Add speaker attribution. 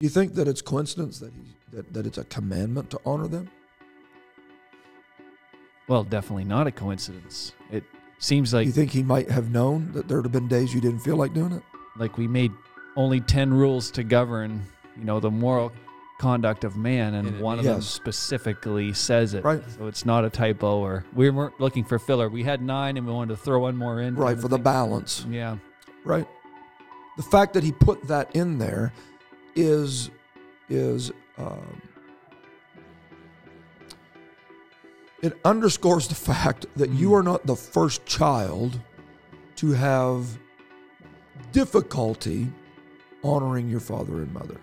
Speaker 1: Do you think that it's coincidence that, he, that, that it's a commandment to honor them?
Speaker 2: Well, definitely not a coincidence. It seems
Speaker 1: Do
Speaker 2: like
Speaker 1: you think he might have known that there'd have been days you didn't feel like doing it?
Speaker 2: like we made only 10 rules to govern, you know, the moral conduct of man and
Speaker 3: And it-
Speaker 2: one of them
Speaker 1: Yes.
Speaker 2: specifically says it.
Speaker 1: Right.
Speaker 2: So it's not a typo or we weren't looking for filler. We had 9 and we wanted to throw one more in.
Speaker 1: Right,
Speaker 2: kinda
Speaker 1: for the
Speaker 2: thing.
Speaker 1: balance.
Speaker 2: Yeah.
Speaker 1: right? The fact that he put that in there is is um, it underscores the fact that you are not the first child to have difficulty honoring your father and mother.